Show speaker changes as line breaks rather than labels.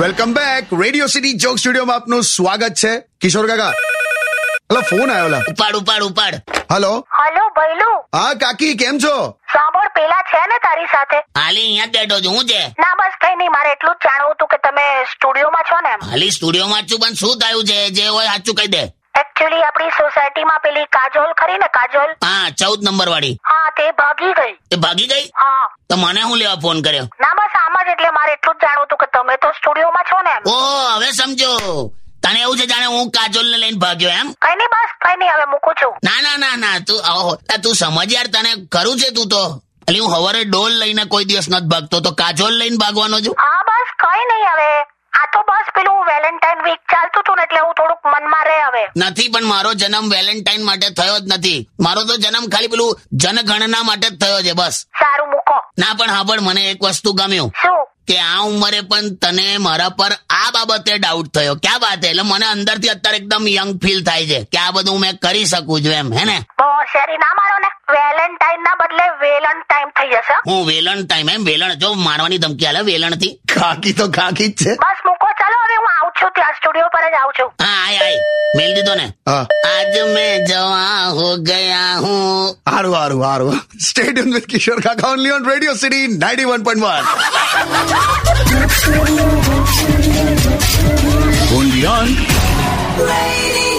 Welcome back Radio City joke સ્ટુડિયોમાં આપનું સ્વાગત છે કિશોર કાકા હલો ફોન આવ્યો
ઉપાડ ઉપાડ ઉપાડ
હલો
હલો ભૈલું
હા કાકી કેમ છો
સાંભળ પેલા છે ને તારી સાથે
હાલી અહીંયા જ બેઠો છું હું છે
ના બસ કઈ નહીં મારે એટલું જ જાણવું હતું કે તમે સ્ટુડિયોમાં છો ને એમ
હાલી સ્ટુડિયોમાં છું પણ શું થયું છે જે હોય સાચું કહી દે
એકચ્યુઅલી આપણી સોસાયટીમાં પેલી કાજોલ ખરી ને કાજોલ
હા ચૌદ નંબર વાળી
હા તે ભાગી ગઈ
એ ભાગી ગઈ
હા
તો મને હું લેવા ફોન કર્યો
ના બસ આમ જ એટલે મારે એટલું જ જાણવું હતું કે તમે તો સ્ટુડિયોમાં છો ને એમ
ઓહો હવે સમજો તને એવું છે જાણે હું કાજોલ ને લઈને ભાગ્યો એમ
કઈ નહીં બસ કઈ નહીં હવે મૂકું છું
ના ના ના ના તું આવો આ તું સમજ યાર તને ખરું છે તું તો એટલે હું હવારે ડોલ લઈને કોઈ દિવસ નથી ભાગતો તો કાજોલ લઈને ભાગવાનો છું
હા બસ કઈ નહીં હવે આ તો બસ પેલું વેલેન્ટાઇન વીક ચાલતું હતું ને એટલે હું થોડુંક મનમાં રહે હવે
નથી પણ મારો જન્મ વેલેન્ટાઇન માટે થયો જ નથી મારો તો જન્મ ખાલી પેલું જનગણના માટે જ થયો છે બસ
સારું મૂકો
ના પણ હા પણ મને એક વસ્તુ ગમ્યું
શું
કે આ ઉંમરે પણ તને મારા પર આ બાબતે ડાઉટ થયો ક્યાં વાત હે? એટલે મને અંદરથી અત્યારે એકદમ યંગ ફીલ થાય છે કે આ બધું મેં કરી શકું છું એમ હે ને
બહુ હોશિયારી ના મારો ને વેલેન્ટાઇન ના બદલે વેલન ટાઈમ થઈ જશે હો.
હું વેલણ ટાઈમ એમ વેલણ જો મારવાની ધમકી આલે વેલણ થી
કાકી તો કાકી જ છે
બસ મૂકો ચાલો હવે હું આવું છું ત્યાં સ્ટુડિયો પર જ આવું છું
હા આય આય મેલ દીધો ને
હા
આજ મેં જવા હો ગયા હું
હારું હારું હારું સ્ટેડિયમ વિથ કિશોર કાકા only on radio city ninety one point one
only on
Radio